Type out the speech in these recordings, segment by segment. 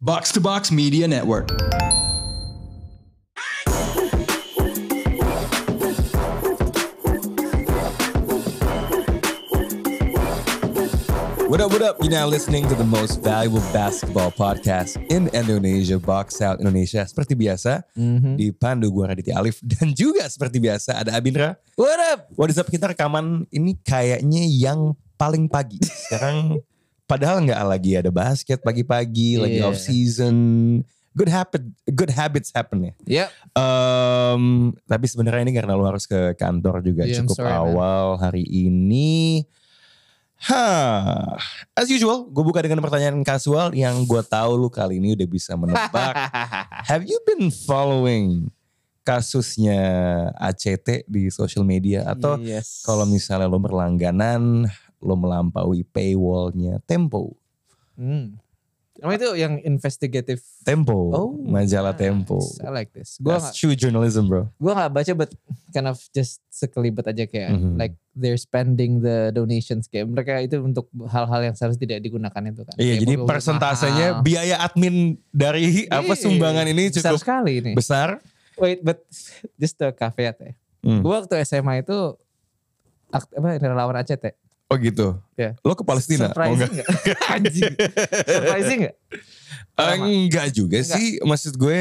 Box to Box Media Network. What up, what up? You're now listening to the most valuable basketball podcast in Indonesia, Box Out Indonesia. Seperti biasa, Mm-hmm. dipandu gue Raditya Alif. Dan juga seperti biasa, ada Abindra. What up? What is up, kita rekaman ini kayaknya yang paling pagi. Sekarang, padahal nggak lagi ada basket pagi-pagi, lagi Yeah. off season. Good habit, good habits happen ya. Yep. Em, tapi sebenarnya ini karena lu harus ke kantor juga Yeah, I'm cukup sorry, man. awal hari ini. Hah, as usual, gue buka dengan pertanyaan kasual yang gue tahu lu kali ini udah bisa menebak. Have you been following kasusnya ACT di social media atau Yes. kalau misalnya lu berlangganan, lu melampaui paywallnya Tempo, Hmm. Emang itu yang investigative. Tempo, Oh, majalah nice. Tempo. I like this. Gua That's gak, true journalism, bro. gua gak baca but kind of just sekelibet aja kayak Mhm. like they're spending the donations kayak mereka itu untuk hal-hal yang seharusnya tidak digunakan itu kan. Iya, Kayak jadi mobil-mobil persentasenya mahal. biaya admin dari apa Iya, sumbangan ini besar cukup sekali ini. besar. Wait, but just a caveat ya. Hmm. Gua waktu SMA itu akt, apa relawan ACT. Oh gitu. Iya. Lo ke Palestina? Oh, Surprising enggak. nggak? Anjing. Surprising nggak? Eh, enggak juga Enggak. sih. Maksud gue,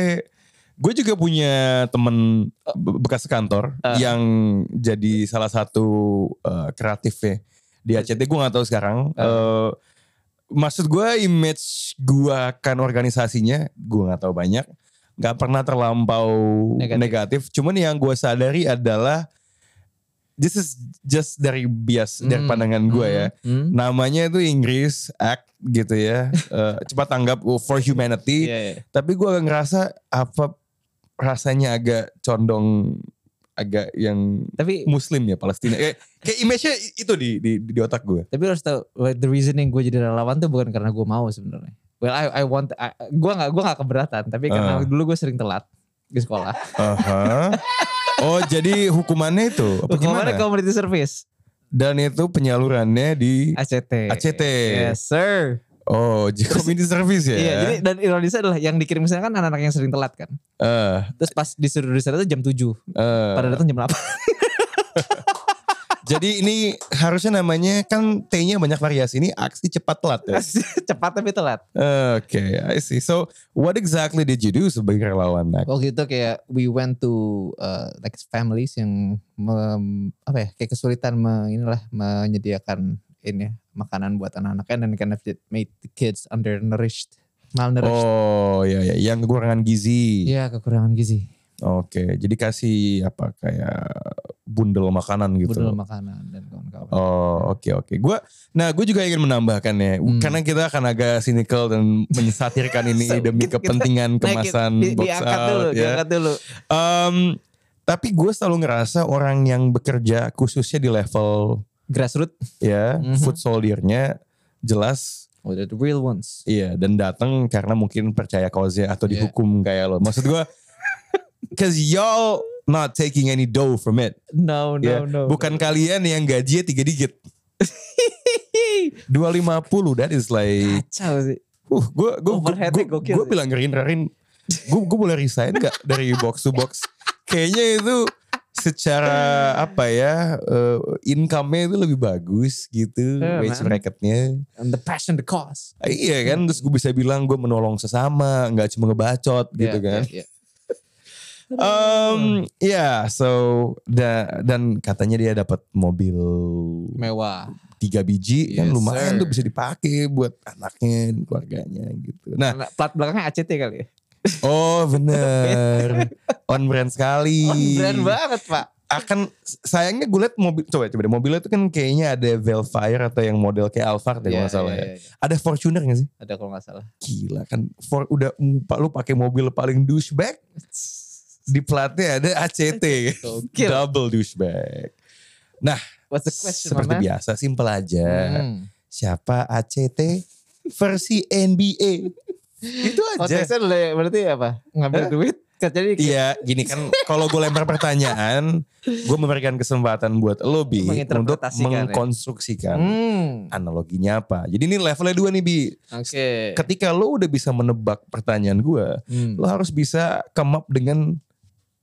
gue juga punya temen be- bekas kantor Eh. yang jadi salah satu eh, kreatif ya di ACT. Gue nggak tahu sekarang. Eh. Eh, maksud gue image gue akan organisasinya, gue nggak tahu banyak. Gak pernah terlampau Negatif. negatif. Cuman yang gue sadari adalah This is just dari bias dari Hmm. pandangan gue ya Hmm. namanya itu Inggris Act gitu ya Eh, cepat tanggap oh, for humanity Iya, iya. tapi gue ngerasa apa rasanya agak condong agak yang Tapi Muslim ya Palestina kayak, kayak image-nya itu di di, di otak gue tapi lu harus tahu well, the reasoning gue jadi relawan tuh bukan karena gue mau sebenarnya. Well, I I want I, gue nggak gue nggak keberatan, tapi Ah. karena dulu gue sering telat di sekolah. Aha. oh jadi hukumannya itu apa gimana Kemarin community service dan itu penyalurannya di ACT. ACT Yes sir. oh jadi community service ya Iya, jadi dan ironisnya adalah yang dikirim ke sana kan anak-anak yang sering telat kan. Eh, Terus pas disuruh di sana tuh jam 7, eh. pada datang jam 8. jadi ini harusnya namanya kan T-nya banyak variasi ini aksi cepat telat ya Cepat tapi telat. Okay, I see. So, what exactly did you do sebagai relawan? Nak? Waktu itu kayak we went to uh, like families yang mem- apa ya kayak kesulitan me- inilah menyediakan ini ya, makanan buat anak-anaknya dan kind of it made the kids undernourished, malnourished. Oh, ya ya, yang kekurangan gizi. Iya kekurangan gizi, Oke, jadi kasih apa kayak bundel makanan gitu. budul makanan dan kawan-kawan. Oh, oke oke. Gua nah, gue juga ingin menambahkannya Hmm. karena kita akan agak cynical dan menyesatirkan ini So, demi kita- kita- kepentingan Naikin, kemasan Nah, gitu. di- box diangkat out, dulu, ya. diangkat dulu. Em, tapi gue selalu ngerasa orang yang bekerja khususnya di level Grassroots, ya Mhm. food soldier-nya jelas oh, they're the real ones. Iya, dan datang karena mungkin percaya cause atau Iya. dihukum kayak lo. Maksud gua cause y'all not taking any dough from it. No, no, Ya, no. Bukan kalian yang gajinya tiga digit. 250 that is like Kacau sih. uh gue gue Overheadnya gokil gue sih. bilang ke Rindra Rin gue gue boleh resign gak dari box to box kayaknya itu secara apa ya eh, income-nya itu lebih bagus gitu Iya, wage man. bracket-nya And the passion, the cause. Ah, Iya kan, terus gue bisa bilang gue menolong sesama, nggak cuma ngebacot gitu Yeah, kan. yeah, yeah. Um, Hmm. yeah, so da- dan katanya dia dapat mobil Mewah. tiga biji kan Yes, lumayan sir. tuh bisa dipakai buat anaknya dan keluarganya gitu. Nah, Karena Plat belakangnya ACT kali ya. oh bener, on brand sekali. On brand banget pak. Akan sayangnya gue liat mobil, coba coba deh, mobilnya tuh kan kayaknya ada Velfire atau yang model kayak Alphard deh kalau nggak salah ya. Ada Fortuner gak sih? Ada kalau nggak salah. Gila kan, for, udah empat lu pakai mobil paling douchebag di platnya ada ACT Gokil. double douchebag What's the question, seperti my man? biasa simple aja Hmm. siapa ACT versi NBA itu aja Oh, Konteksnya dulu ya, berarti apa? Ngambil Hah? duit ke basket jadi kayak Iya, gini kan kalau gue lempar pertanyaan, gue memberikan kesempatan buat lo Bi untuk Menginterpretasikan, ya. mengkonstruksikan hmm, analoginya apa. Jadi ini levelnya dua nih Bi. oke Ketika lo udah bisa menebak pertanyaan gue, Hmm. lo harus bisa come up dengan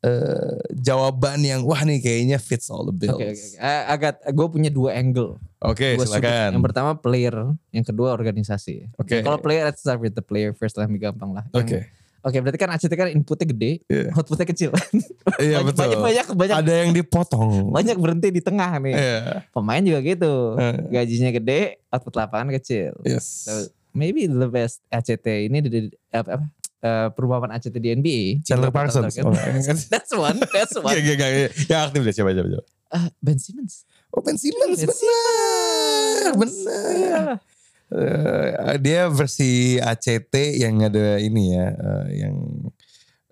eh, jawaban yang wah nih kayaknya fits all the bills. Oke, oke, oke. Eh, agak gue punya dua angle. Oke, Dua sudut. silakan. Yang pertama player, yang kedua organisasi. Oke. Kalau player, let's start with the player first lah, lebih gampang lah. Oke. Yang- Oke, berarti kan ACT kan inputnya gede, Iya. outputnya kecil. Iya Banyak- betul. Banyak banyak banyak, Ada yang dipotong. banyak berhenti di tengah nih. Iya. Pemain juga gitu. Eh. Gajinya gede, output lapangan kecil. Yes. So, maybe the best ACT ini di, di- apa, apa, eh, perubahan ACT di NBA. Chandler Kita tahu Parsons. kan. Oh, enggak. That's one, that's Iya, one. iya, iya, iya. Yang aktif deh coba coba coba. Ah, ben Simmons. Oh Ben Simmons Ben benar benar. Iya. Eh, dia versi ACT yang ada ini ya eh, yang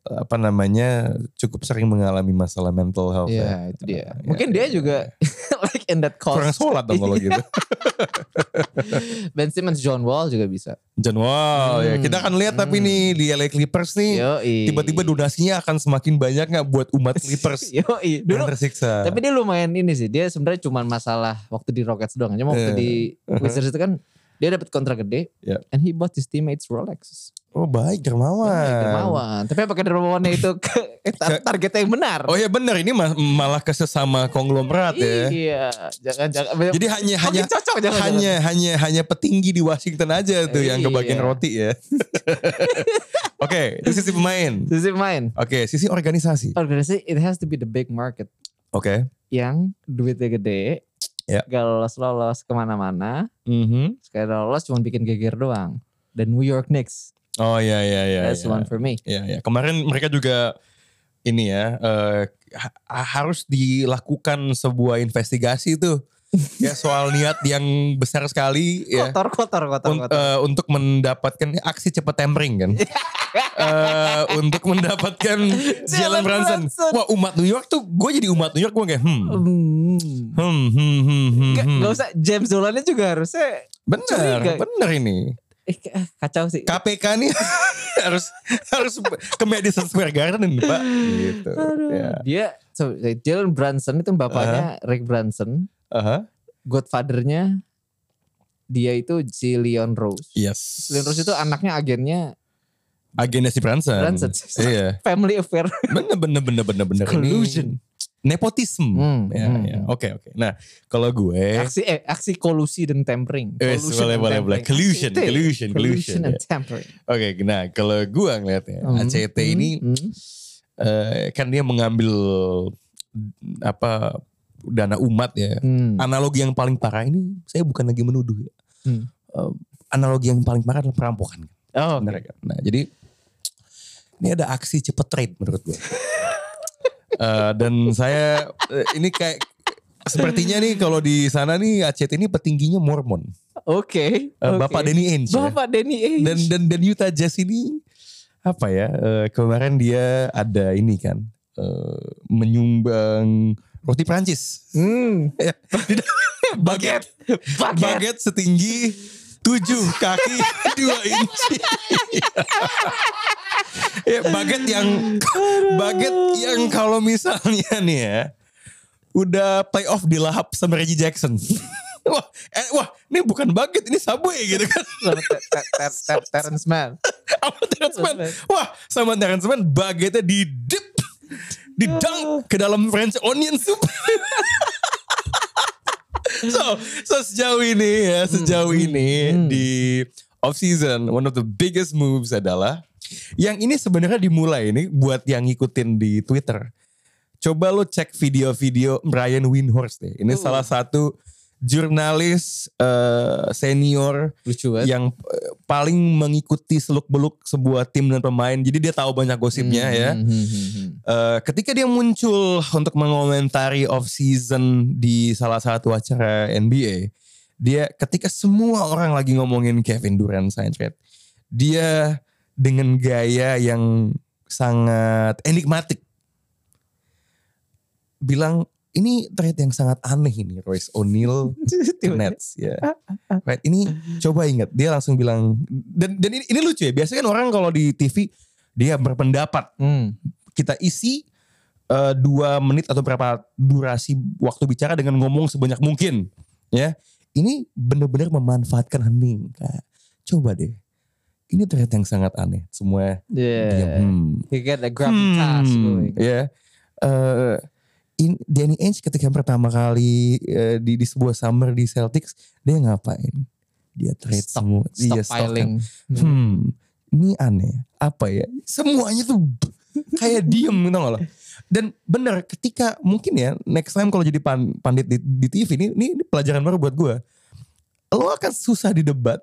eh, apa namanya cukup sering mengalami masalah mental health. Iya, ya. itu dia. Iya, Mungkin iya, dia juga like in that cause. Kurang sholat dong kalau gitu. Ben Simmons, John Wall juga bisa. John Wall ya. Hmm, Kita akan lihat tapi hmm. nih di LA Clippers nih Yoi. Iya. tiba-tiba donasinya akan semakin banyak nggak buat umat Clippers Yoi. yang Iya. Dulu tersiksa. tapi dia lumayan ini sih. Dia sebenarnya cuman masalah waktu di Rockets doang. Cuma Eh, waktu di Wizards itu kan dia dapat kontrak gede Ya. and he bought his teammates Rolex. oh baik dermawan. Dermawan. Tapi apakah dermawannya itu ke eh, tar- targetnya yang benar? Oh ya benar ini ma- malah ke sesama konglomerat ya. Iya, jangan jangan. Jadi hanya hanya Makin cocok jangan. hanya hanya hanya petinggi di Washington aja tuh yang kebagian Iya. roti ya. Oke, itu sisi pemain. jangan. sisi main. Oke, sisi organisasi. Organisasi it has to be the big market. Oke. yang duitnya gede, Ya. gak lolos-lolos kemana-mana, Mhm. sekali lolos cuma bikin geger doang. Dan New York Knicks, Oh ya ya ya. that's ya. one for me. Ya, ya. Kemarin mereka juga ini ya eh, ha- harus dilakukan sebuah investigasi tuh ya soal niat yang besar sekali ya. Kotor, kotor, kotor, Un- kotor. eh, untuk mendapatkan aksi cepat tempering kan. Eh, untuk mendapatkan Jalen Jalen Brunson. Brunson. Wah umat New York tuh gue jadi umat New York gue kayak hmm. Hmm. Hmm, hmm, hmm, hmm, Gak, hmm. gak usah, James Dolan juga harusnya Bener, curiga. bener ini. eh, k- ah, kacau sih. KPK nih harus harus ke Madison Square Garden pak. Gitu. Aduh. Ya. Dia, so, Jalen Brunson itu bapaknya Rick Brunson, Aha. godfathernya dia itu si Leon Rose. Yes. Leon Rose itu anaknya agennya agennya si Branson. Branson. iya. Family Affair. Bener bener bener bener bener. Ini Collusion. Nepotisme. Hmm, Ya, hmm. ya. Oke oke. Nah kalau gue aksi eh, aksi kolusi dan tampering. Wes, Collusion Eh, boleh, and boleh, boleh. tampering. Collusion, Aksi itu ya. collusion, collusion, ya. and tampering. Oke, nah kalau gue ngeliatnya Hmm, ACT hmm, ini hmm. eh, kan dia mengambil apa dana umat ya. Hmm. Analogi yang paling parah ini saya bukan lagi menuduh ya. Hmm. Eh, analogi yang paling parah adalah perampokan. Oh, Benar ya, kan? Nah jadi ini ada aksi cepet trade menurut gue. Eh, dan saya eh, ini kayak sepertinya nih kalau di sana nih ACT ini petingginya Mormon. oke. Eh, oke. Bapak Danny Ainge. ya. Bapak Denny Ainge. dan dan dan Utah Jazz ini apa ya eh, kemarin dia ada ini kan eh, menyumbang roti Prancis Hmm. baget Baget. baget setinggi tujuh kaki dua inci ya baget yang baget yang kalau misalnya nih ya udah playoff dilahap sama Reggie Jackson wah eh, wah ini bukan baget ini subway gitu kan Sama Ter- Ter- Ter- Ter- Terrence Mann. sama Terrence Mann. Wah, sama Terrence Mann bagetnya di dip, di dunk ke dalam French onion soup. so, so sejauh ini ya, sejauh ini di off season, one of the biggest moves adalah yang ini sebenarnya dimulai ini buat yang ngikutin di Twitter. Coba lo cek video-video Brian Windhorst deh. Ini Tuh. salah satu jurnalis eh, senior Lucu banget. yang eh, paling mengikuti seluk beluk sebuah tim dan pemain. Jadi dia tahu banyak gosipnya Hmm, ya. hmm, hmm, hmm, hmm. Eh, ketika dia muncul untuk mengomentari off season di salah satu acara NBA, dia ketika semua orang lagi ngomongin Kevin Durant sign trade, dia dengan gaya yang sangat enigmatik bilang ini trade yang sangat aneh ini Royce O'Neal ke Tiba-tiba. Nets ya. Right, ini coba ingat dia langsung bilang dan dan ini, ini lucu ya. Biasanya kan orang kalau di TV dia berpendapat Hmm. kita isi eh, dua menit atau berapa durasi waktu bicara dengan ngomong sebanyak mungkin ya ini benar-benar memanfaatkan hening Kak. coba deh ini terlihat yang sangat aneh semua Iya. diam Yeah. hmm. You get the gravitas Hmm, going. ya. Eh, in, Danny Ainge ketika pertama kali eh, di, di sebuah summer di Celtics, dia ngapain? Dia trade Stop- semua. dia stock kan. Stockpiling. Hmm. Hmm, ini aneh. Apa ya? Semuanya tuh b- kayak diem gitu nggak loh. Dan bener ketika mungkin ya next time kalau jadi pan- pandit di, di TV ini, ini, ini pelajaran baru buat gue. Lo akan susah didebat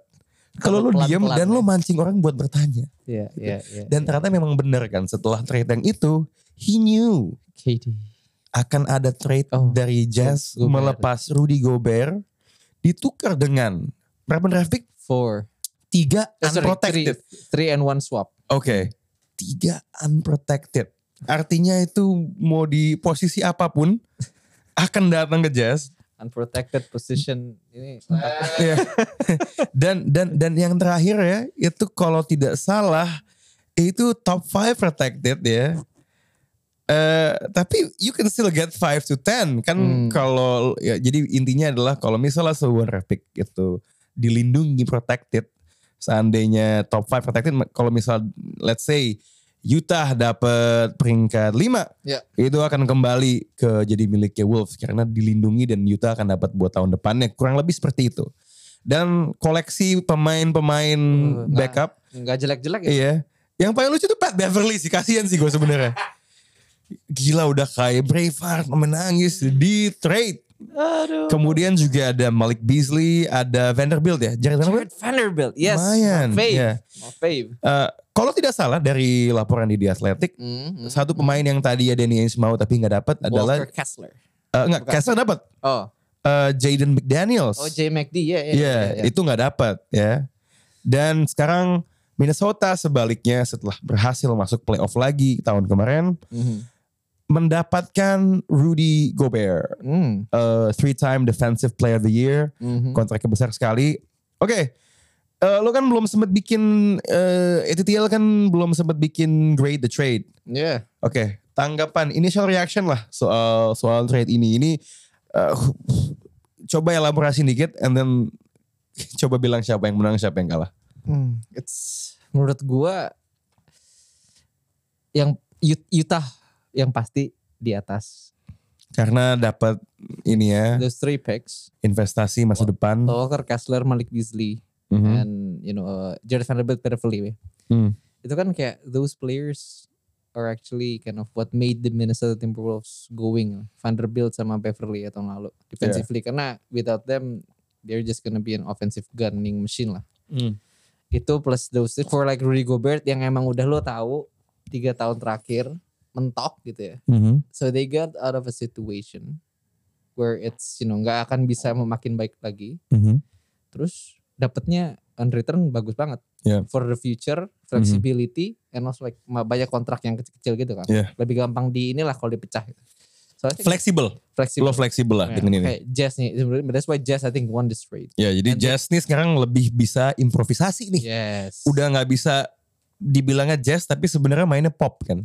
kalau Kalau lo diem pelan-pelan dan ya. lo mancing orang buat bertanya. Yeah, yeah, yeah. Dan ternyata memang benar kan setelah trade yang itu, he knew Katie. akan ada trade Oh, dari Jazz Go- Gobert. melepas Rudy Gobert ditukar dengan berapa draft pick? Four. Tiga Eh, sorry, unprotected. three, three and one swap. Oke, tiga unprotected. Artinya itu mau di posisi apapun akan datang ke Jazz. Unprotected position ini. Iya. dan dan dan yang terakhir ya itu kalau tidak salah itu top 5 protected ya. Eh tapi you can still get 5 to 10 kan Hmm. kalau ya, jadi intinya adalah kalau misalnya sebuah draft pick itu dilindungi protected seandainya top 5 protected kalau misal let's say Utah dapat peringkat 5 Ya. itu akan kembali ke jadi miliknya Wolves karena dilindungi dan Utah akan dapat buat tahun depannya kurang lebih seperti itu dan koleksi pemain-pemain Uh, nah. backup Enggak jelek-jelek ya. Iya. Yang paling lucu tuh Pat Beverly sih. Kasian sih gue sebenarnya. Gila udah kayak Braveheart menangis di trade. Aduh. Kemudian juga ada Malik Beasley, ada Vanderbilt ya. Jared Vanderbilt. Jared Vanderbilt. Yes. Lumayan, My fave. iya. My fave. Eh, kalau tidak salah dari laporan di The Athletic, Mm, mm. satu pemain yang tadi ya Danny Ainge mau tapi nggak dapat adalah Walker Kessler. eh, enggak bukan. Kessler dapat. Oh, Eh, Jaden McDaniels. oh J McD ya. Iya, itu nggak dapat ya. Dan sekarang Minnesota sebaliknya setelah berhasil masuk playoff lagi tahun kemarin, Mm-hmm. mendapatkan Rudy Gobert, Mm-hmm. uh, three-time defensive player of the year, kontraknya besar sekali. Oke, eh, lo kan belum sempat bikin eh ATTL kan belum sempat bikin grade the trade. Yeah. Oke, tanggapan initial reaction lah soal soal trade ini. Ini eh, coba elaborasi dikit and then coba bilang siapa yang menang, siapa yang kalah. Mm. Hmm, it's menurut gua yang Ut- Utah yang pasti di atas. Karena dapat ini ya, Those three picks, investasi masa depan. Walker Kessler, Malik Beasley, Mhm. and you know uh, Jared Vanderbilt, Perifeli. Hmm. Itu kan kayak those players are actually kind of what made the Minnesota Timberwolves going. Vanderbilt sama Beverly ya tahun lalu defensively karena without them they're just gonna be an offensive gunning machine lah. itu plus those for like Rudy Gobert yang emang udah lo tahu tiga tahun terakhir mentok gitu ya. Mhm. So they got out of a situation where it's you know nggak akan bisa makin baik lagi. Mhm. Terus dapatnya on return bagus banget Yeah. for the future flexibility Mm-hmm. and also like ma- banyak kontrak yang kecil-kecil gitu kan. Yeah. Lebih gampang di inilah kalau dipecah. Gitu. So I think Fleksibel. lo flexible. fleksibel lah Yeah, dengan ini. kayak Jazz nih, that's why Jazz I think won this trade. Ya jadi And jazz nih sekarang lebih bisa improvisasi Iya. nih. Yes. Udah nggak bisa dibilangnya jazz tapi sebenarnya mainnya pop kan.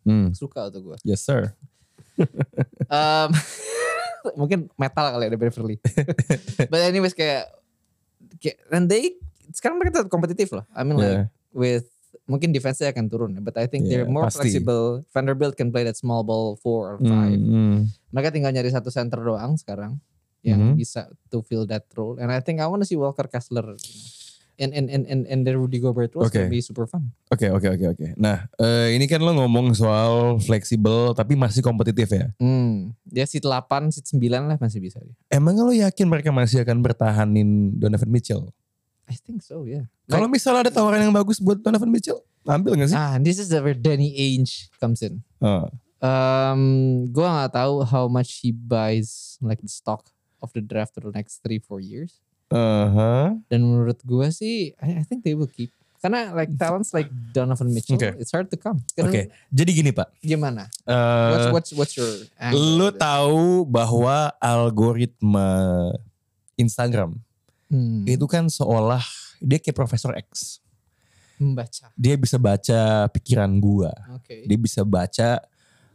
Hmm, suka tuh gue. Yes sir. Um, mungkin metal kali ya dari Beverly. But anyways kayak, kayak and they sekarang mereka tetap kompetitif loh. I mean like Yeah. with mungkin defense-nya akan turun, but I think they're Yeah, more pasti. flexible. Vanderbilt can play that small ball four or Hmm, five. hmm. Mereka tinggal nyari satu center doang sekarang yang Mhm. bisa to fill that role. And I think I want to see Walker Kessler and and and and, and the Rudy Gobert was Okay. gonna be super fun. Oke oke oke oke. Nah eh, ini kan lo ngomong soal fleksibel tapi masih kompetitif ya. Hmm, dia seat 8, seat 9 lah masih bisa dia. Emang lo yakin mereka masih akan bertahanin Donovan Mitchell? I think so, yeah. Kalau misalnya ada tawaran yang bagus buat Donovan Mitchell, ambil gak sih? Ah, this is where Danny Ainge comes in. Oh, Um, gua nggak tahu how much he buys like the stock of the draft for the next three four years. aha. Dan menurut gua sih, I, I think they will keep. Karena like talents like Donovan Mitchell, Hmm. Okay. it's hard to come. Oke. Karena Jadi gini pak. Gimana? Eh, What's what's what's your? angle Lu with it? tahu bahwa algoritma Instagram Hmm. itu kan seolah dia kayak Profesor X. Membaca. Dia bisa baca pikiran gua. Oke. Dia bisa baca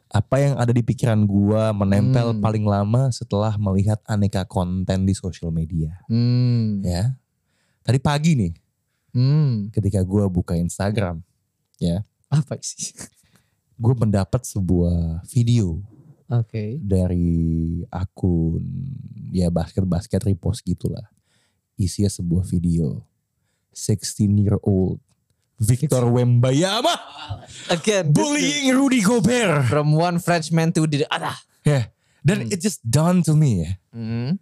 apa yang ada di pikiran gua menempel Hmm. paling lama setelah melihat aneka konten di sosial media. Hmm. Ya. Tadi pagi nih Hmm. ketika gua buka Instagram, Apa sih? gue mendapat sebuah video Oke. dari akun ya basket-basket repost gitulah. Isinya sebuah video 16 year old Victor Wembayama Again. this is- bullying Rudy Gobert. From one Frenchman to the other. Dan it just dawned to me ya. Hmm.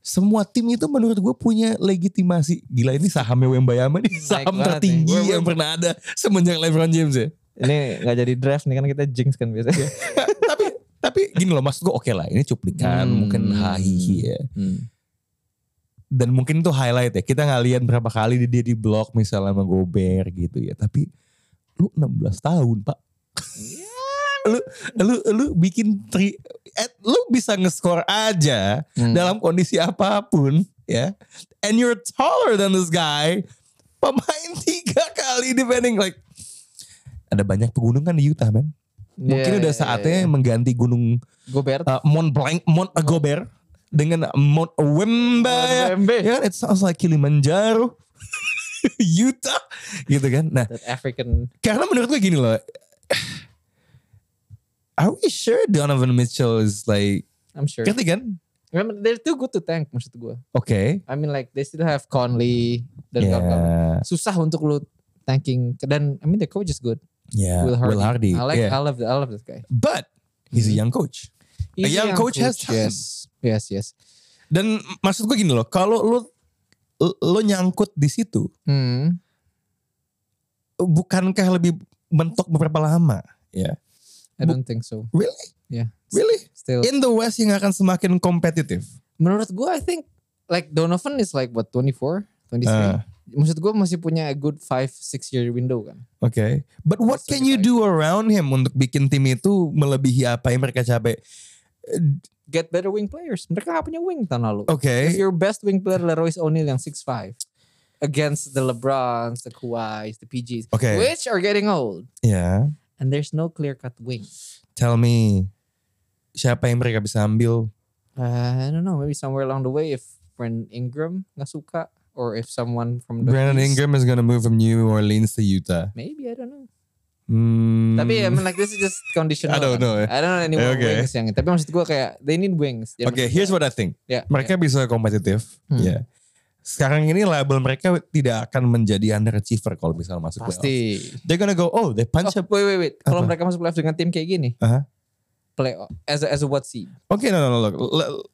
Semua tim itu menurut gue punya legitimasi. Gila ini sahamnya Wembayama nih Naik saham banget tertinggi nih. yang pernah ada semenjak LeBron James ya. Ini gak jadi draft nih kan kita jinx kan biasanya. tapi tapi gini loh maksud gue oke lah ini cuplikan Hmm. Kan, mungkin hahihi ya. Hmm. dan mungkin itu highlight ya. Kita ngalian berapa kali di- dia di blog misalnya sama Gober gitu ya. Tapi lu 16 tahun, Pak. Iya. lu lu lu bikin tri eh, lu bisa nge-score aja Hmm. dalam kondisi apapun ya. And you're taller than this guy. Pemain tiga kali defending like ada banyak pegunungan di Utah, man. Mungkin Hmm. Yeah, udah yeah, saatnya yeah, yeah. mengganti gunung Gobert. uh, Mont Blanc, Mont Gober dengan Mont Wemba. MB. Ya kan, it sounds like Kilimanjaro. Utah gitu kan. Nah, That African. karena menurut gue gini loh. Are we sure Donovan Mitchell is like I'm sure. ngerti kan? I mean, they're too good to tank maksud gue. Oke. I mean like they still have Conley dan Ya. kawan-kawan. Susah untuk lu tanking dan I mean the coach is good. Ya, Will Hardy. Will Hardy. I like yeah. I love the, I love this guy. But he's a Mhm. young coach. A He's young coach has talent. yes. Yes, yes. Dan maksud gue gini loh, kalau lu lo nyangkut di situ, Hmm. bukankah lebih mentok beberapa lama? I don't think so. Really? Yeah. Really? Still. In the West yang akan semakin kompetitif. Menurut gue I think like Donovan is like what 24, 23. Ah. Maksud gue masih punya a good 5 6 year window kan. Oke, but what That's can you do around him untuk bikin tim itu melebihi apa yang mereka capai? Get better wing players. Mereka gak punya wing tahun lalu. Oke, If your best wing player Leroy O'Neal yang 6'5 against the LeBrons, the Kawhis, the PGs, oke, ya. which are getting old, and there's no clear cut wing. Tell me siapa yang mereka bisa ambil? Uh, I don't know, maybe somewhere along the way if Brandon Ingram nggak suka or if someone from the Brandon East, Ingram is gonna move from New Orleans to Utah. maybe I don't know. Hmm. Tapi I mean like this is just conditional. I don't kan. know, eh. I don't know anyone Okay. wings yang. Tapi maksud gue kayak they need wings. oke, here's what I think. Yeah, Mereka bisa kompetitif, Iya. Hmm. ya. Sekarang ini label mereka tidak akan menjadi underachiever kalau misalnya masuk yeah. playoff. pasti. They're gonna go, oh, they Oh, punch up. wait wait wait. Apa? Kalau Uh-huh. mereka masuk playoff dengan tim kayak gini, Aha. playoff as a, as a what seed? Oke, no, no, no, look. L-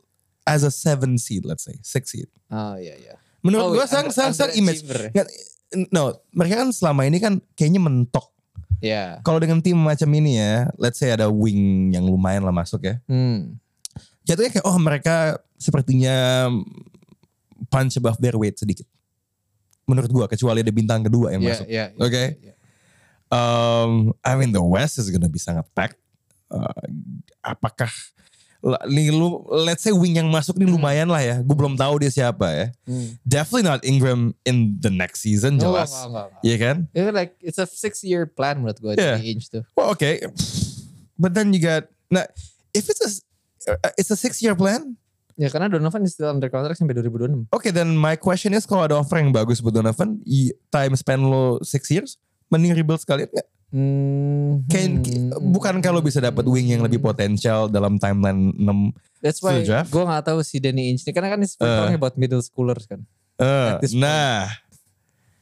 As a seven seed, let's say, six seed. Oh iya iya. Menurut Oh, gue, sang, under- sang, sang image underachiever. Nggak, no, mereka kan selama ini kan kayaknya mentok. Ya. Kalau dengan tim macam ini ya, let's say ada wing yang lumayan lah masuk ya. Hmm. Jatuhnya kayak oh mereka sepertinya punch above their weight sedikit. Menurut gua kecuali ada bintang kedua yang Ya masuk. ya. ya, Oke. ya, ya. Um, I mean the West is gonna be sangat packed. Uh, apakah nih lu let's say wing yang masuk nih lumayan lah ya. Gue belum tahu dia siapa ya. Hmm. Definitely not Ingram in the next season Nggak, jelas. nggak, nggak, nggak. Iya kan? Itu like it's a six year plan menurut gue Yeah. Danny Ainge tuh. Well, okay, but then you got now if it's a s- uh, it's a six year plan. Ya karena Donovan is still under contract sampai 2026. Okay, then my question is kalau ada offer yang bagus buat Donovan, i- time span lo six years, mending rebuild sekalian nggak? Hmm. Kayak- bukan kalau bisa dapat wing yang lebih potensial dalam timeline 6 That's to why the draft? gue gak tahu si Danny Ainge ini karena kan he's Eh. talking about middle schoolers kan. Eh, At this point. nah,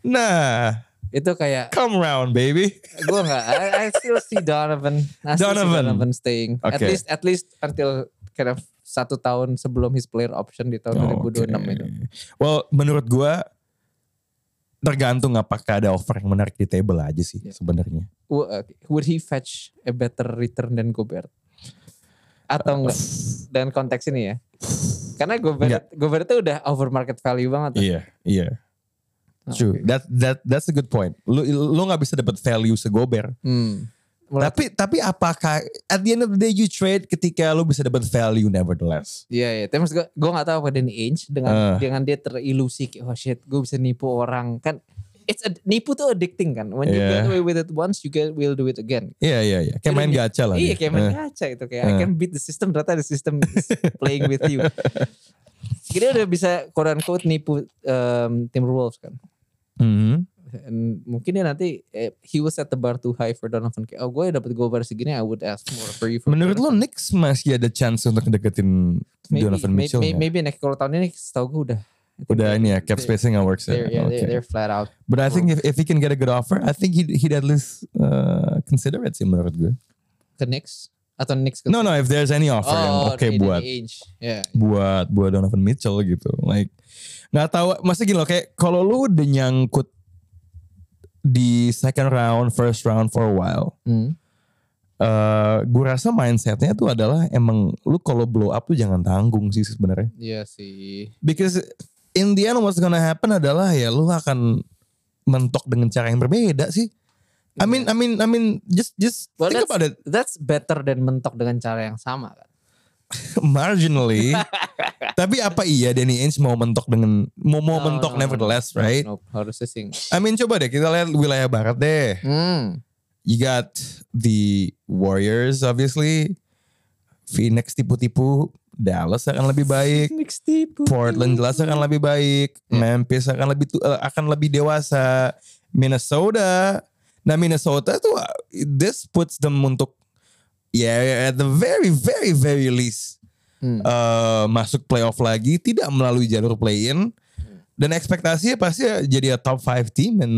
nah, Itu kayak come round baby. gue gak I, I still see Donovan. I still see Donovan. Donovan staying. At Okay. least at least until kind of satu tahun sebelum his player option di Oh, tahun 2026 itu. Okay. Well, menurut gua tergantung apakah ada offer yang menarik di table aja sih Yeah. sebenarnya. Wo- uh, Would he fetch a better return than Gobert? Uh, Atau enggak? Dan konteks ini ya. Karena Gobert, Gobert itu udah over market value banget. Iya, iya. Oke. True. That that that's a good point. Lu lu nggak bisa dapat value segober. Hmm. Mulai- Tapi tapi apakah at the end of the day you trade ketika lu bisa dapat value nevertheless? Iya iya, tapi maksud gue, gue gak tahu apa Danny Ainge dengan Eh. dengan dia terilusi kayak oh shit, gue bisa nipu orang kan. it's a, nipu tuh addicting kan. When you Yeah. get away with it once, you get will do it again. Iya iya iya. Kayak main Jadi- gacha lah. Iya dia. kayak main Eh, kaca itu kayak I Eh. can beat the system ternyata the system is playing with you. Jadi udah bisa quote unquote nipu um, Timberwolves kan. mhm. And mungkin dia nanti eh, he will set the bar too high for Donovan. Kayak, oh gue dapat gobar segini I would ask more for you. For Menurut lo Donovan." Knicks masih ada chance untuk deketin maybe, Donovan may- Mitchell may- nggak? Maybe next kalau tahun ini setahu gue udah. I think Udah they- ini ya, cap they- spacing nggak works ya. They're, yeah, Okay. they're, they're flat out. But I think if, if he can get a good offer, I think he'd, he'd at least uh, consider it sih menurut gue. Ke Knicks atau Knicks Oh, ke No no, if there's any offer yang oke Danny buat Ainge. Ya. buat buat Donovan Mitchell gitu. Like nggak tahu, maksudnya gini loh kayak kalau lu udah nyangkut di second round, first round for a while. Hmm. eh gue rasa mindsetnya tuh adalah emang lu kalau blow up tuh jangan tanggung sih sebenarnya. Iya sih. Because in the end what's gonna happen adalah ya lu akan mentok dengan cara yang berbeda sih. I mean, I mean, I mean, just, just Well, think about it That's better than mentok dengan cara yang sama kan. marginally. Tapi apa iya Danny Ainge mau mentok dengan mau mau No, mentok no, no, nevertheless, right? Nope, harusnya sing. I mean, coba deh kita lihat wilayah barat deh. Hmm. You got the Warriors, obviously. Phoenix tipu-tipu, Dallas akan lebih baik. Knicks tipu. Portland jelas akan lebih baik, Ya. Memphis akan lebih tu- eh, akan lebih dewasa, Minnesota. Nah Minnesota tuh uh, this puts them untuk ya at the very very very least Hmm. eh, masuk playoff lagi, tidak melalui jalur play-in. Dan ekspektasinya pasti ya jadi a top 5 team in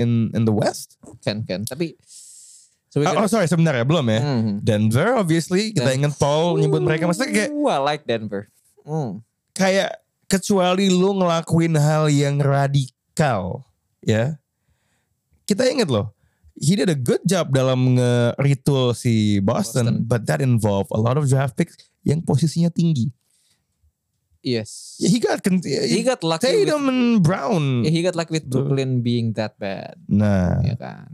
in in the West. Kan kan. Tapi so we Ah, oh can- sorry sebenarnya belum ya. Hmm. Denver obviously kita Dan- ingat Paul nyebut mereka maksudnya kayak Ooh, I like Denver. Hmm. kayak kecuali lu ngelakuin hal yang radikal ya kita inget loh he did a good job dalam nge-retool si Boston, Boston. but that involved a lot of draft picks yang posisinya tinggi Ya, Yes. he got, con- He got lucky. With, Tatum and Brown yeah, he got lucky with Brooklyn being that bad. nah Ya kan.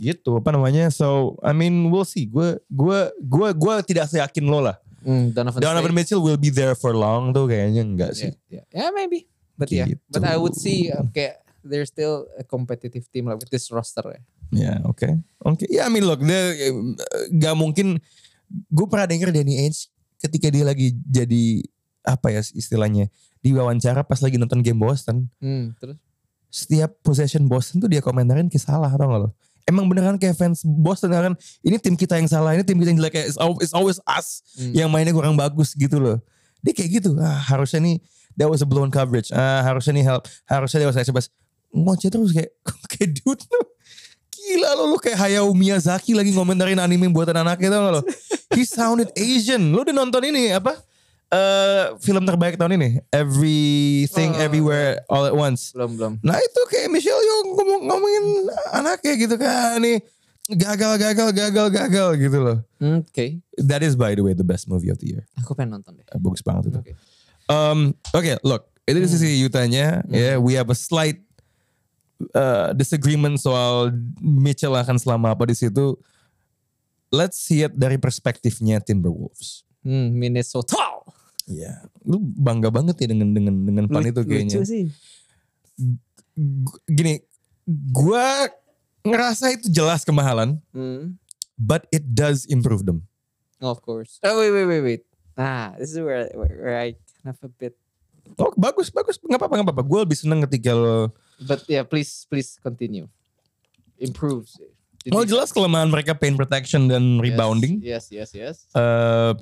gitu apa namanya so I mean we'll see gue gue gue gue tidak seyakin lo lah Hmm, Donovan. Donovan State. Mitchell will be there for long tuh kayaknya enggak sih Yeah, yeah. yeah, maybe. But yeah, but I would see uh, kayak there's still a competitive team like with this roster ya. Ya, oke. Oke. Ya, I mean look, dia eh, nggak mungkin gue pernah denger Danny Ainge ketika dia lagi jadi apa ya istilahnya diwawancara pas lagi nonton game Boston Hmm, terus setiap possession Boston tuh dia komentarin kayak salah atau nggak lo emang beneran kayak fans Boston kan ini tim kita yang salah ini tim kita yang jelek kayak it's al- it's always us Hmm. yang mainnya kurang bagus gitu loh dia kayak gitu ah, harusnya nih that was a blown coverage ah, harusnya nih help harusnya dia was SBS ngoceh terus kayak kayak dude lo gila lo lo kayak Hayao Miyazaki lagi ngomentarin anime buatan anaknya tau gak lo he sounded Asian lo udah nonton ini apa eh film terbaik tahun ini Everything Oh. Everywhere All at Once belum belum. Nah itu kayak Michelle Yeoh ngomong ngomongin anaknya gitu kan nih gagal gagal gagal gagal gitu loh. Hmm, Oke, That is by the way the best movie of the year. aku pengen nonton deh. Eh, Bagus banget itu. Oke. Hmm. Um, Oke, look itu di sisi Yutanya. Yeah, we have a slight uh, disagreement soal Mitchell akan selama apa di situ. Let's see it dari perspektifnya Timberwolves. Hmm, Minnesota. Ya, lu bangga banget ya dengan dengan dengan pan Lu- itu kayaknya. Iya. Lucu sih. Gu- Gini, gua ngerasa itu jelas kemahalan. Hmm. but it does improve them. Of course. Oh wait wait wait wait. Ah, this is where where, where I kind of a bit. Oh bagus bagus nggak apa-apa nggak apa-apa. Gue lebih seneng ketika lo. But yeah, please please continue. Improves. Oh jelas kelemahan mereka paint protection dan rebounding. Yes yes yes. Eh,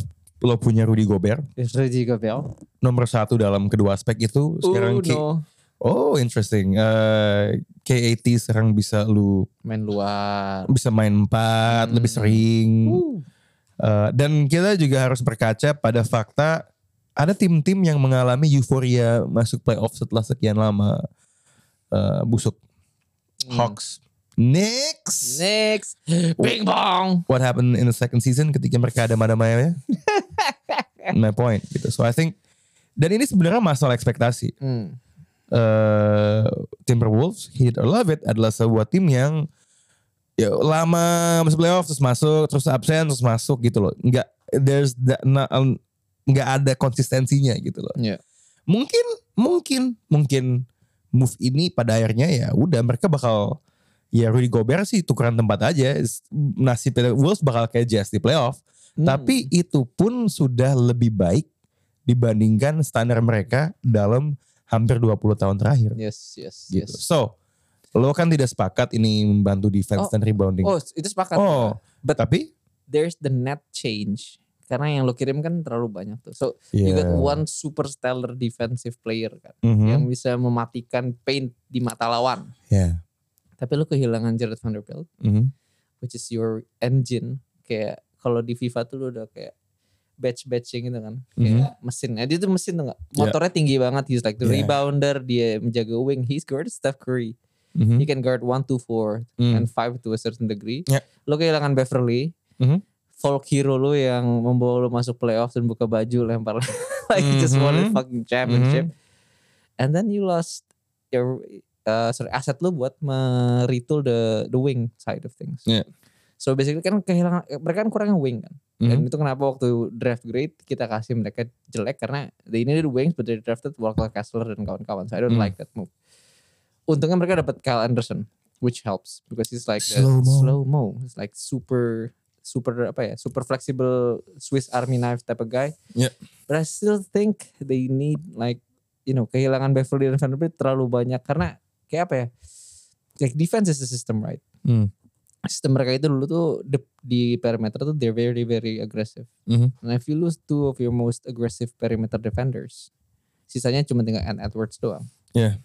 lo punya Rudy Gobert yes. Rudy Gobert. nomor satu dalam kedua aspek itu sekarang. Oh K- no. Oh interesting. Eh, KAT sekarang bisa lu Main luar. bisa main empat Hmm. Uh. lebih sering. Woo. Eh, dan kita juga harus berkaca pada fakta ada tim-tim yang mengalami euforia masuk playoff setelah sekian lama eh, busuk. Hmm. Hawks, Knicks. Next. Bing bong. What happened in the second season ketika mereka ada madamaya? My point gitu. So I think dan ini sebenarnya masalah ekspektasi. Hmm. eh Timberwolves hit or love it adalah sebuah tim yang ya, lama masuk playoff terus masuk terus absen terus masuk gitu loh. Nggak there's that, na- um, nggak ada konsistensinya gitu loh. Iya. Mungkin mungkin mungkin move ini pada akhirnya ya udah mereka bakal ya Rudy Gobert sih tukeran tempat aja. Nasib Wolves bakal kayak Jazz di playoff. Hmm. Tapi itu pun sudah lebih baik dibandingkan standar mereka dalam hampir 20 tahun terakhir. yes, yes, Gitu. yes. So, lo kan tidak sepakat ini membantu defense Oh. dan rebounding. Oh, itu sepakat. Oh, but- tapi There's the net change. Karena yang lo kirim kan terlalu banyak tuh. So, you ya, got one super stellar defensive player kan. mhm, Yang bisa mematikan paint di mata lawan. ya, Tapi lo kehilangan Jared Vanderbilt. mhm. Which is your engine. Kayak kalau di FIFA tuh lo udah kayak batch-batching gitu kan. Hmm. Kayak mesin. Eh, dia tuh mesin tuh gak? Motornya tinggi banget. He's like the Yeah. rebounder. Dia menjaga wing. He's guard Steph Curry. Mhm. He can guard 1 to 4. Mm. and five to a certain degree. Yeah. Lo kehilangan Beverly, Mhm. folk hero lo yang membawa lo masuk playoff dan buka baju lempar like you just won Mhm. a fucking championship. And then you lost your uh, sorry aset lo buat meretool the the wing side of things. Yeah. So basically kan kehilangan mereka kan kurangnya wing kan. Dan Mm-hmm. itu kenapa waktu draft grade kita kasih mereka jelek karena they needed wings but they drafted Walker Kessler dan kawan-kawan. So I don't Hmm. like that move. Untungnya mereka dapat Kyle Anderson which helps because he's like the Slow-mo. slow-mo. He's like super super apa ya, super flexible Swiss army knife type of guy. Yeah. But I still think they need like you know kehilangan Beverly dan Vanderbilt terlalu banyak karena kayak apa ya? Like defense is the system right? Mm. sistem mereka itu dulu tuh di, di perimeter tuh they're very very aggressive. Mhm. And if you lose two of your most aggressive perimeter defenders, sisanya cuma tinggal Ant Edwards doang. Yeah.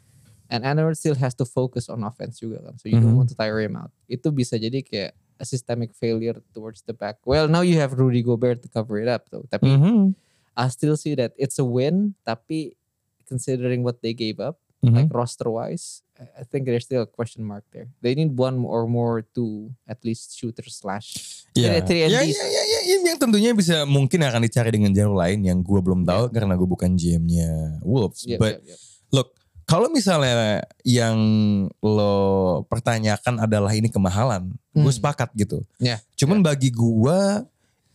And Ant Edwards still has to focus on offense juga kan, so you don't Mhm. want to tire him out. Itu bisa jadi kayak a systemic failure towards the back. Well, now you have Rudy Gobert to cover it up though. Tapi Mhm. I still see that it's a win. Tapi considering what they gave up, Mhm. like roster wise, I I think there's still a question mark there. They need one or more two at least shooter slash Ya, Three- three and ya, Ds. ya, ya, ya, ya, yang tentunya bisa mungkin akan dicari dengan jalur lain yang gue belum tahu karena gue bukan GM-nya Wolves. Yep, But yep, yep. look, kalau misalnya yang lo pertanyakan adalah ini kemahalan, gue Hmm. sepakat gitu. Ya, Cuman bagi gue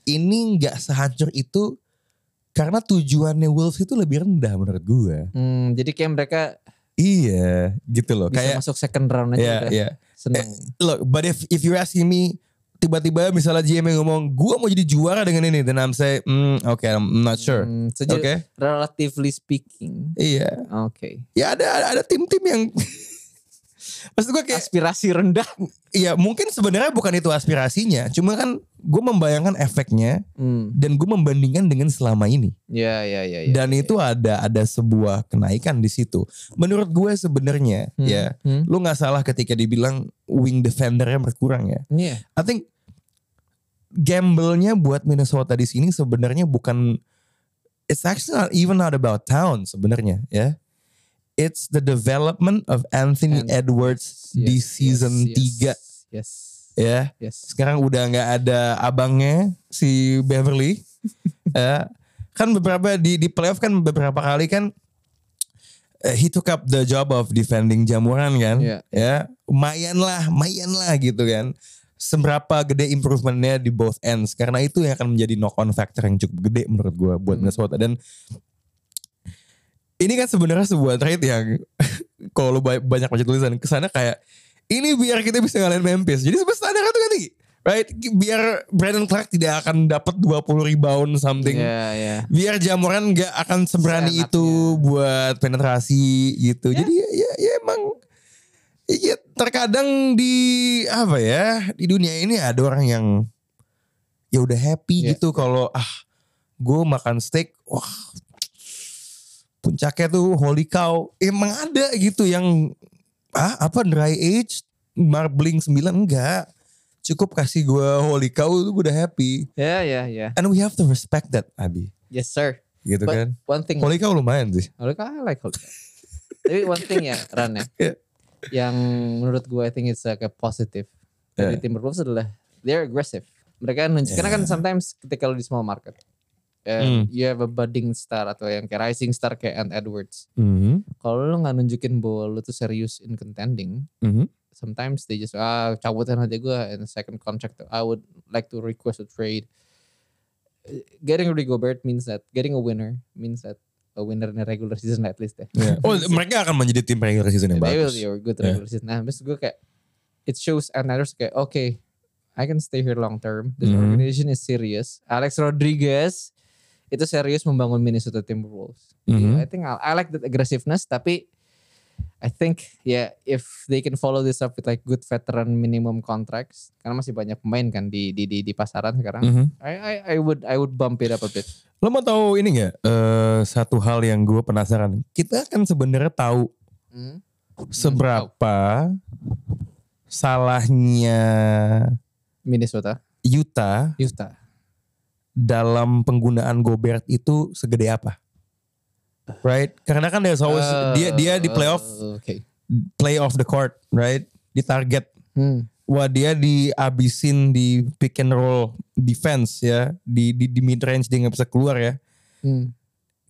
ini nggak sehancur itu karena tujuannya Wolves itu lebih rendah menurut gue. Hmm, jadi kayak mereka Iya, gitu loh. bisa Kayak masuk second round aja ya, udah ya. seneng. look, but if if you're asking me tiba-tiba misalnya GM yang ngomong gue mau jadi juara dengan ini dan I'm say hmm oke I'm not sure Hmm, so oke jadi relatively speaking, iya oke. ya ada ada- ada tim-tim yang maksud gue kayak Aspirasi rendah. ya mungkin sebenarnya bukan itu aspirasinya cuma kan gue membayangkan efeknya Hmm, dan gue membandingkan dengan selama ini ya, ya, ya, ya. dan itu ada ada sebuah kenaikan di situ menurut gue sebenarnya Hmm, ya hmm. lu nggak salah ketika dibilang wing defendernya berkurang ya Iya. I think gamble-nya buat Minnesota di sini sebenarnya bukan it's actually not even not about town sebenarnya ya. It's the development of Anthony And- Edwards di Yes, season yes, 3 Yes. ya. Yes. Sekarang udah nggak ada abangnya si Beverly. Eh, kan beberapa di di playoff kan beberapa kali kan eh, he took up the job of defending Jamuran kan Iya. ya lumayan lah lumayan lah gitu kan seberapa gede improvementnya di both ends karena itu yang akan menjadi knock on factor yang cukup gede menurut gue buat Hmm. Minnesota dan ini kan sebenarnya sebuah trade yang kalau lu ba- banyak baca tulisan kesana kayak ini biar kita bisa ngalahin Memphis jadi sebenarnya standar itu kan tinggi right biar Brandon Clark tidak akan dapat 20 rebound something Ya, ya. biar Jamoran nggak akan seberani Seenaknya. itu buat penetrasi gitu. Ya. Jadi ya, ya, ya emang ya terkadang di apa ya di dunia ini ada orang yang ya udah happy Ya. gitu kalau ah gue makan steak wah puncaknya tuh holy cow emang ada gitu yang ah apa dry age marbling 9 enggak cukup kasih gue holy cow tuh gue udah happy Ya, ya, ya. and we have to respect that Abi Yes, sir. gitu But kan One thing Holy cow lumayan sih. Holy cow, I like holy cow. Tapi one thing ya, Ran ya. Yeah. Yang menurut gue I think it's like a positive dari Yeah. Timberwolves adalah they're aggressive. Mereka nunjuk, karena kan sometimes ketika lo di small market, Hmm. and you have a budding star atau yang kayak rising star kayak Ant Edwards. Kalau lo nggak nunjukin bahwa lo tuh serius in contending, sometimes they just ah cabutin aja gue in the second contract. I would like to Uh, request a trade. Getting Rudy Gobert means that getting a winner means that a winner in the regular season at least deh. Iya. Oh mereka akan menjadi tim regular season yang They will bagus. be a good Yeah. regular season. Nah, terus gue kayak it shows another kayak oke, okay, I can stay here long term. This Mhm. organization is serious. Alex Rodriguez itu serius membangun Minnesota Timberwolves. Gitu. Mhm. I think I, I like that aggressiveness, tapi I think ya if they can follow this up with like good veteran minimum contracts karena masih banyak pemain kan di di di, di pasaran sekarang. Mhm. I, I I would I would bump it up a bit. Lo mau tahu ini nggak? Eh, satu hal yang gue penasaran. Kita kan sebenarnya tahu Hmm. seberapa salahnya Minnesota, Utah Utah. dalam penggunaan Gobert itu segede apa, right? Karena kan there's always Eh. dia dia di playoff Uh, Oke. play off the court, right? Di target. Hmm. Wah dia diabisin di pick and roll defense ya, di di, di mid range dia nggak bisa keluar ya. Hmm.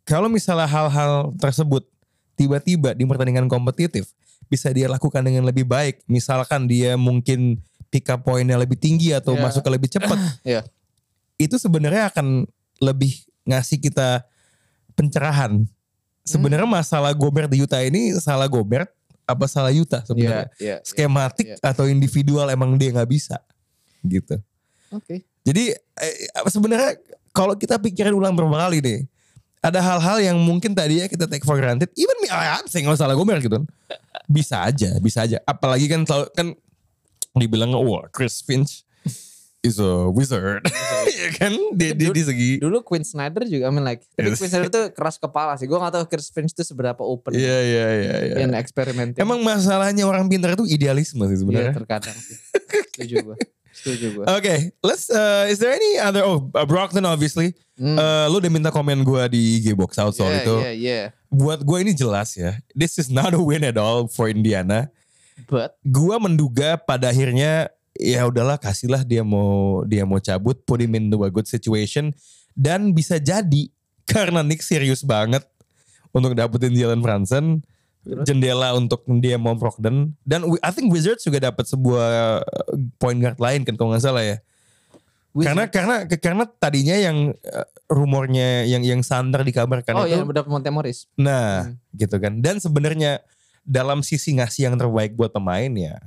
Kalau misalnya hal-hal tersebut tiba-tiba di pertandingan kompetitif bisa dia lakukan dengan lebih baik. Misalkan dia mungkin pick up poinnya lebih tinggi atau Ya. masuk ke lebih cepat. Ya. Itu sebenarnya akan lebih ngasih kita pencerahan. Sebenarnya masalah Gobert di Utah ini salah Gobert apa salah Utah sebenarnya? Iya, iya. skematik Iya. atau individual emang dia nggak bisa gitu. Oke. Jadi eh, apa sebenarnya kalau kita pikirin ulang berapa kali nih, ada hal-hal yang mungkin tadinya kita take for granted, even me, ah, I'm saying, nggak salah gue gitu. Bisa aja, bisa aja. Apalagi kan selalu- kan dibilang wah Chris Finch is a wizard, ya kan? Di, di, di segi, Dulu Queen Snyder juga, I mean like, tapi Yes. Queen Snyder tuh keras kepala sih. Gue gak tahu Chris Finch tuh seberapa open iya iya iya. iya. dan eksperimental. Emang ya? masalahnya orang pintar itu idealisme sih Iya, sebenarnya. terkadang sih. Setuju gue. Setuju gue. Oke, let's. uh, is there any other? Oh, uh, Brockton obviously. Hmm. Eh, lu udah minta komen gue di IG Box Out soal Yeah, itu. yeah, yeah. Buat gue ini jelas ya. This is not a win at all for Indiana. But Gue menduga pada akhirnya ya udahlah kasihlah dia mau dia mau cabut put him into a good situation dan bisa jadi karena Nick serius banget untuk dapetin Jalen Brunson Terus? jendela untuk dia mau Brogdon dan we- I think Wizards juga dapat sebuah uh, point guard lain kan kalau nggak salah ya Iya karena karena karena tadinya yang eh, rumornya yang yang santer dikabarkan oh itu ya udah Monte Morris. nah Hmm. gitu kan dan sebenarnya dalam sisi ngasih yang terbaik buat pemain ya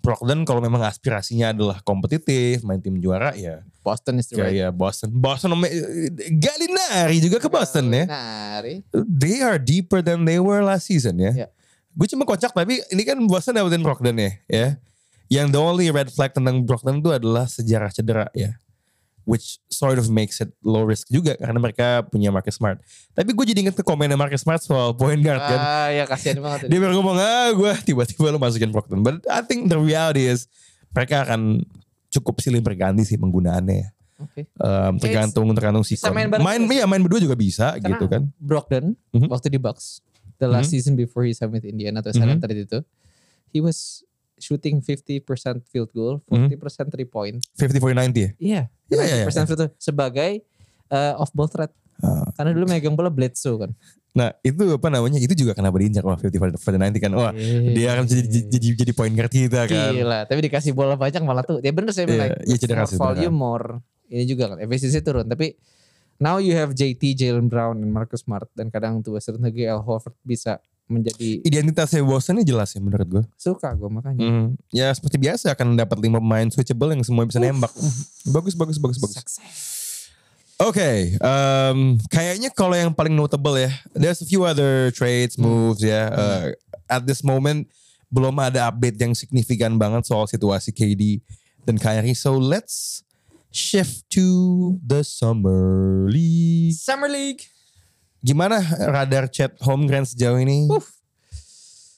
Brogdon kalau memang aspirasinya adalah kompetitif main tim juara ya Boston is the right. kayak Boston Boston sama- Gallinari juga ke Boston ya Nari. they are deeper than they were last season ya. Ya. Gue cuma kocak tapi ini kan Boston dapetin Brogdon ya, ya. Yang the only red flag tentang Brogdon itu adalah sejarah cedera ya. Which sort of makes it low risk juga karena mereka punya Marcus Smart. Tapi gue jadi inget ke komennya Marcus Smart soal point guard kan. Ah, ya kasihan banget. Dia baru ngomong, ah gue tiba-tiba lo masukin Brogdon. But I think the reality is mereka akan cukup silih berganti sih penggunaannya ya. Oke. Em, tergantung tergantung si bisa main bareng main terus. iya main berdua juga bisa Karena gitu kan. Brogdon Mhm. waktu di Bucks the last season before he signed with Indiana atau Mhm. San Antonio itu he was shooting 50% field goal, Mhm. 40% three point. 50-40-90 ya. Iya, Iya, iya, 90% field goal sebagai eh, off ball threat. Ah. Karena dulu megang bola Bledsoe kan. Nah itu apa namanya itu juga kenapa diincar wah 50 for the 90 kan wah dia akan jadi jadi jadi point guard kita kan. Iya, Gila, tapi dikasih bola banyak malah tuh. Ya bener saya Iya, bilang like, iya, cedera more sih, volume more ini juga kan efisiensi turun tapi now you have JT, Jalen Brown, and Marcus Smart dan kadang tuh certain degree Al Horford bisa menjadi Identitasnya Boston ini jelas ya menurut gue. suka gue makanya. Hmm. Ya seperti biasa akan dapat lima pemain switchable yang semua bisa nembak. Bagus bagus bagus bagus. Oke, em, kayaknya kalau yang paling notable ya, there's a few other trades, moves ya. Eh, at this moment belum ada update yang signifikan banget soal situasi KD dan Kyrie. So let's shift to the summer league. Summer League. Gimana radar chat home grand sejauh ini? Woof.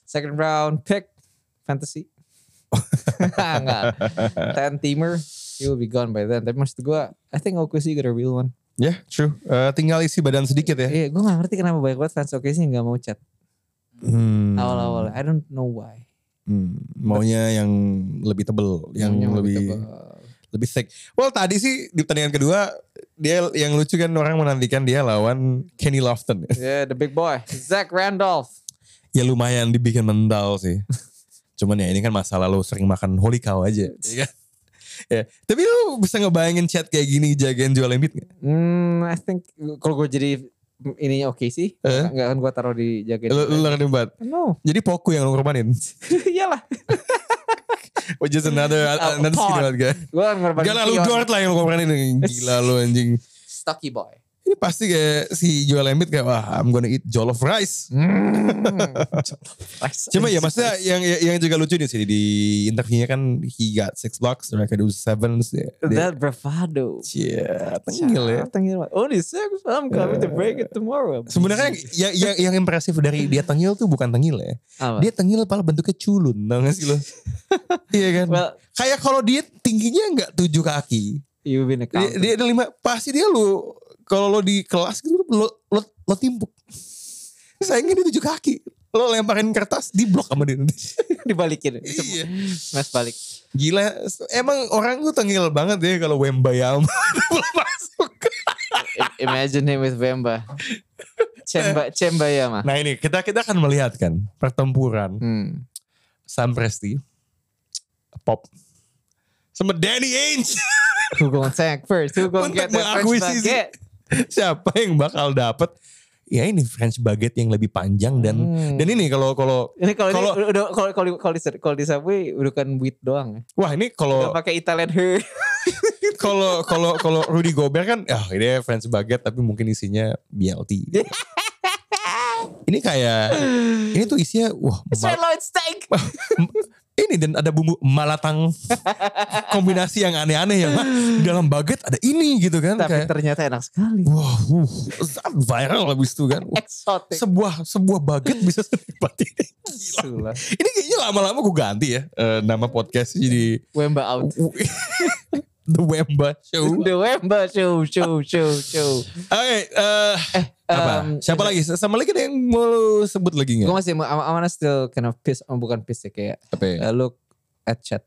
Second round pick fantasy. Enggak. Ten teamer. He will be gone by then. Tapi maksud gue, I think OKC got a real one. Ya, true. Eh, tinggal isi badan sedikit ya. Iya, gue gak ngerti kenapa banyak banget fans OKC nggak mau chat Hmm. awal-awal. ya. I don't know why. Hmm, Maunya yang lebih tebel, yang, Maunya lebih tebal. lebih thick. Well tadi sih di pertandingan kedua dia yang lucu kan orang menantikan dia lawan Kenny Lofton. Yeah, the big boy, Zach Randolph. ya lumayan dibikin mental sih. Cuman ya ini kan masa lalu sering makan holy cow aja. ya kan? Ya. Tapi lu bisa ngebayangin chat kayak gini jagain jual Embiid gak? Hmm, I think kalau gue jadi ininya oke sih. Eh? Enggak kan gua taruh di jaket. Lu, lu langganan debat. No. Jadi Poku yang lu korbanin. Iyalah. Which is another, A- a another pawn. skill guy. Gua ngorbanin Gak lah lu Sion. Dort lah yang lu korbanin. Gila lu anjing. Stocky boy. Ini pasti kayak si Joel Embiid kayak wah I'm gonna eat jollof rice. Hmm. Cuma ya maksudnya yang yang yang juga lucu di sini di interviewnya kan he got six blocks, Raka do seven. Dia, That bravado. yeah, tenggel ya. Tengil. banget. Only six. I'm coming to break it tomorrow. Sebenarnya yang, yang yang impresif dari dia tengil tuh bukan tengil ya. Apa? Dia tengil malah bentuknya culun, tau gak sih lo? iya kan? well, Kayak kalau dia tingginya nggak tujuh kaki, you've been dia, accounted. dia ada lima. Pasti dia lu kalau lo di kelas gitu lo lo, lo timpuk. Sayangnya dia tujuh kaki. Lo lemparin kertas di blok sama dia. nanti. dibalikin. Iya. Mas balik. Gila, emang orang tuh tengil banget ya kalau Wembayama belum masuk. I- Imagine him with Bemba. Cemba, Cemba ya mah. Nah ini kita kita akan melihat kan pertempuran Hmm. Sam Presti, Pop, sama Danny Ainge. Who gonna tank first? Who gonna Untuk get the French mengakuisisi. baguette? Siapa yang bakal dapet? Ya ini French baguette yang lebih panjang dan Hmm. dan ini kalau kalau Ini kalau ini Kalau- udah kalau kalau kalau di kalau di subway bukan wheat doang. wah ini Udah kalau pakai Italian her. kalau kalau kalau Rudy Gobert kan ah ini French baguette tapi mungkin isinya BLT. ini kayak ini tuh isinya wah mal- Sirloin steak. ini dan ada bumbu malatang kombinasi yang aneh-aneh ya Pak. dalam baget ada ini gitu kan Tapi kayak ternyata enak sekali. wah wuh, viral habis itu kan Wah, Exotic. sebuah sebuah baget bisa senikmat ini Sulah. ini kayaknya lama-lama gue ganti ya eh, nama podcast jadi Wemba out. The Wemba Show oke The Wemba show show show show. eh, apa um, siapa lagi sama lagi ada yang mau lu sebut lagi Gue nggak masih mau- I'm, I'm gonna still kind of pissed. Oh, bukan pissed ya, kayak apa ya? uh, look at chat.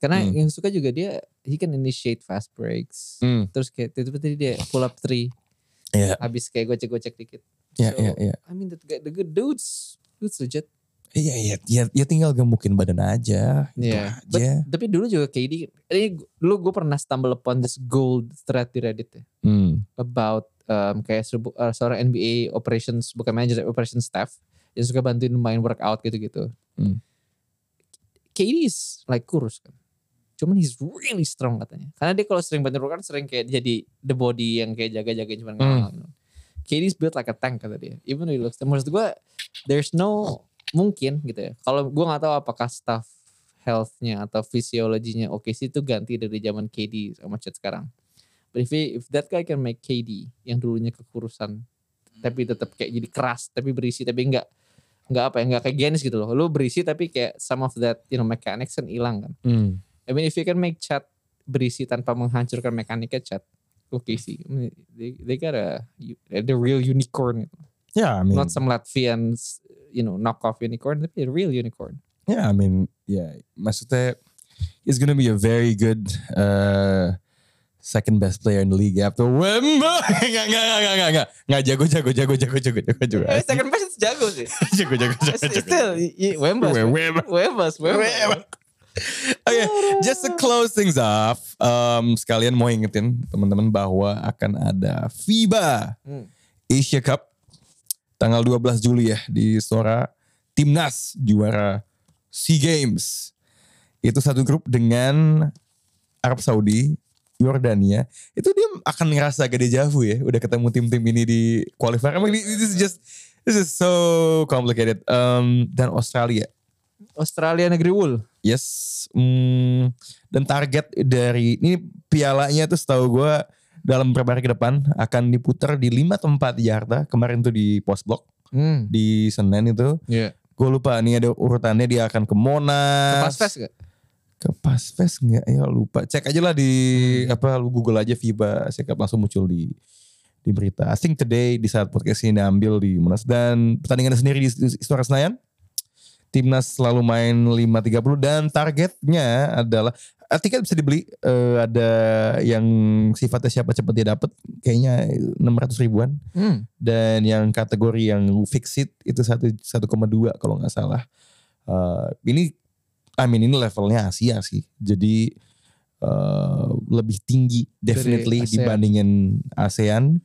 Karena Hmm. yang suka juga dia he can initiate fast breaks. Hmm. Terus kayak tiba-tiba tadi dia pull up three. Iya. Habis kayak gocek-gocek dikit. Iya, So, iya, iya. I mean the, the good dudes. Dudes legit. Iya, iya, ya, ya tinggal gemukin badan aja. Itu Iya. But- aja. Tapi dulu juga KD. Ini gu- dulu gue pernah stumble upon this gold thread di Reddit ya. Hmm. About um, kayak serbu- uh, seorang NBA operations. Bukan manager, tapi operations staff. Yang suka bantuin main workout gitu-gitu. Hmm. KD is like kurus kan. Cuman he's really strong katanya. Karena dia kalau sering bantuin workout sering kayak jadi the body yang kayak jaga-jagain cuman Hmm. ngawal gitu. KD is built like a tank kata dia. Even though he looks maksud gue there's no mungkin gitu ya. Kalau gue nggak tahu apakah staff health-nya atau fisiologinya oke sih itu ganti dari zaman KD sama Chet sekarang. But if, he- if that guy can make KD yang dulunya kekurusan tapi tetap kayak jadi keras tapi berisi tapi enggak nggak apa ya nggak kayak genis gitu loh lu berisi tapi kayak some of that you know mechanics kan hilang kan Hmm. I mean if you can make chat berisi tanpa menghancurkan mekaniknya chat oke sih I mean, they, they got a you- the real unicorn Ya, I mean, not some Latvian you know knockoff unicorn tapi a real unicorn yeah, ya, I mean, yeah. Maksudnya, he's gonna be a very good uh, second best player in the league after Wemba. Enggak, enggak, enggak, enggak, enggak, enggak. Jago, jago, jago, jago, jago, jago, jago. Eh, second best is jago sih Jago, jago, jago, jago. still y- y- Wembas Wemba. Wembas Wembas Wembas. Okay, just to close things off, um, sekalian mau ingetin teman-teman bahwa akan ada FIBA Hmm. Asia Cup tanggal 12 Juli ya di Sora Timnas juara SEA Games. Itu satu grup dengan Arab Saudi, Yordania. Itu dia akan ngerasa gede javu ya, udah ketemu tim-tim ini di qualifier. Emang ini- this is just this is so complicated. Um, dan Australia Australia negeri wool Yes. Hmm, dan target dari ini pialanya tuh setahu gue dalam beberapa hari ke depan akan diputar di lima tempat di Jakarta. Kemarin tuh di Post Blok hmm di Senen itu. Iya. Gue lupa nih ada urutannya dia akan ke Monas. Pas fest gak? Ke Pasves nggak? Ya lupa. Cek aja lah di apa lu Google aja FIBA Sekap langsung muncul di di berita. I think today di saat podcast ini diambil di Monas dan pertandingannya sendiri di Istora Senayan. Timnas selalu main 5.30 dan targetnya adalah eh, tiket bisa dibeli eh, ada yang sifatnya siapa cepat dia dapat kayaknya 600 ribuan Hmm. dan yang kategori yang fix it itu satu 1,2 kalau nggak salah. Eh, ini I mean ini levelnya Asia sih. Jadi eh, lebih tinggi definitely ASEAN. dibandingin ASEAN.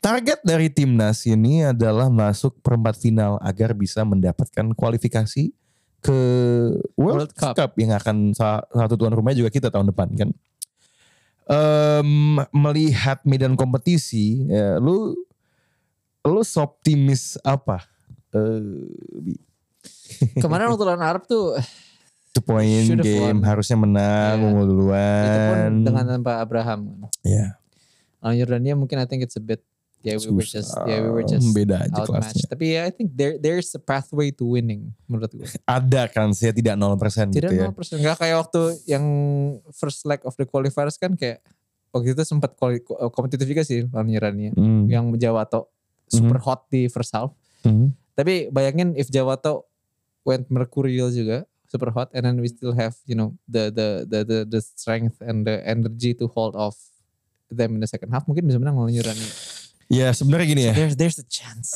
Target dari timnas ini adalah masuk perempat final agar bisa mendapatkan kualifikasi ke World, World Cup. Cup. yang akan sa- satu tuan rumahnya juga kita tahun depan kan. Em, melihat medan kompetisi, ya, lu lu optimis apa? Eh, Bi? Kemarin waktu lawan Arab tuh Two point Should have game won. harusnya menang Iya. unggul duluan. itu pun dengan tanpa Abraham. ya Lawan Yordania mungkin I think it's a bit yeah we were just yeah we were just Susah. beda aja outmatched. kelasnya. Tapi ya I think there there's a pathway to winning menurut gue. Ada kan saya tidak 0% Tidak gitu ya. 0% nggak kayak waktu yang first leg of the qualifiers kan kayak waktu itu sempat kuali- ku- kompetitif juga sih lawan Yordania Hmm. yang Jawato super hot di first half. Hmm. Tapi bayangin if Jawato went mercurial juga super hot and then we still have you know the the the the, the strength and the energy to hold off them in the second half mungkin bisa menang lawan Yordania. Ya sebenarnya gini ya. There's there's a chance.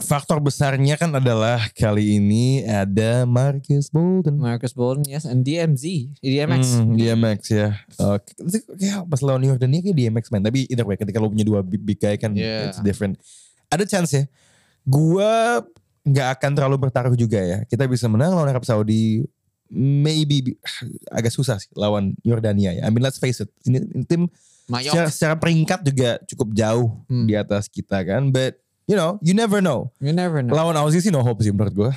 Faktor besarnya kan adalah kali ini ada Marcus Bolden. Marcus Bolden yes and DMZ DMX. Hmm, DMX ya. Oke. Itu kayak pas lawan Yordania kayak DMX man. Tapi either way ketika lo punya dua big, big guy kan Yeah. it's different. Ada chance ya. Gua nggak akan terlalu bertaruh juga ya. Kita bisa menang lawan Arab Saudi. Maybe agak susah sih lawan Yordania ya. I mean let's face it. Ini tim secara, Mayok. secara peringkat juga cukup jauh Hmm. di atas kita kan but you know you never know You never know. lawan Aussie sih no hope sih menurut gue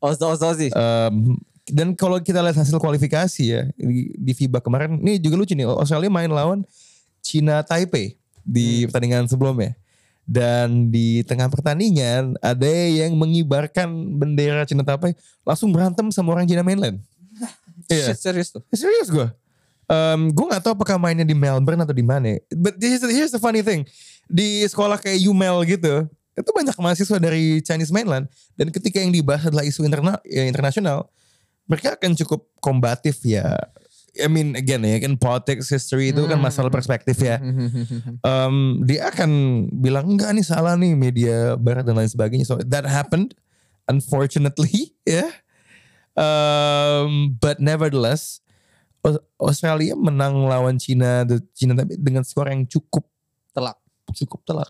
Oz Oz Ozzy. Um, dan kalau kita lihat hasil kualifikasi ya di, di FIBA kemarin ini juga lucu nih Australia main lawan Cina Taipei di pertandingan sebelumnya dan di tengah pertandingan ada yang mengibarkan bendera Cina Taipei langsung berantem sama orang Cina mainland iya. Shit serius tuh. Serius gue. Um, gue gak tahu apakah mainnya di Melbourne atau di mana. But this is- here's the funny thing. Di sekolah kayak UMel gitu. Itu banyak mahasiswa dari Chinese mainland. Dan ketika yang dibahas adalah isu interna ya, internasional. Mereka akan cukup kombatif ya. I mean again ya kan politics, history itu kan masalah perspektif ya. Um, dia akan bilang enggak nih salah nih media barat dan lain sebagainya. So that happened unfortunately ya. Um, but nevertheless Aus- Australia menang lawan Cina the- Cina tapi dengan skor yang cukup Telak. cukup telak.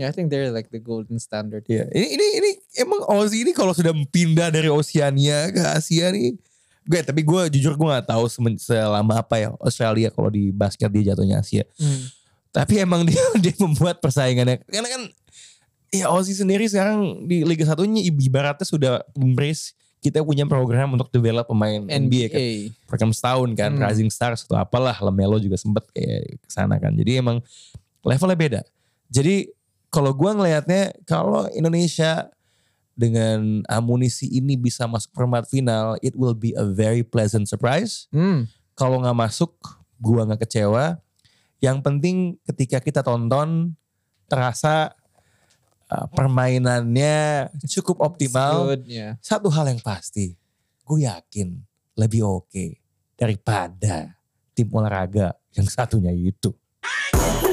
Yeah, I think they're like the golden standard. Ya, ini ini ini emang Aussie ini kalau sudah pindah dari Oceania ke Asia nih Gue tapi gue jujur gue nggak tahu semen- selama apa ya Australia kalau di basket dia jatuhnya Asia. Hmm. Tapi emang dia dia membuat persaingannya karena kan ya Aussie sendiri sekarang di Liga Satunya i- ibaratnya sudah embrace kita punya program untuk develop pemain NBA, kan. NBA. Program setahun kan, Hmm. Rising Stars atau apalah, Lamelo juga sempet kayak kesana kan. Jadi emang levelnya beda. Jadi kalau gua ngelihatnya kalau Indonesia dengan amunisi ini bisa masuk perempat final, it will be a very pleasant surprise Hmm. kalau nggak masuk gua nggak kecewa yang penting ketika kita tonton terasa uh, permainannya cukup optimal Good, yeah. satu hal yang pasti gue yakin lebih oke daripada tim olahraga yang satunya itu Woo!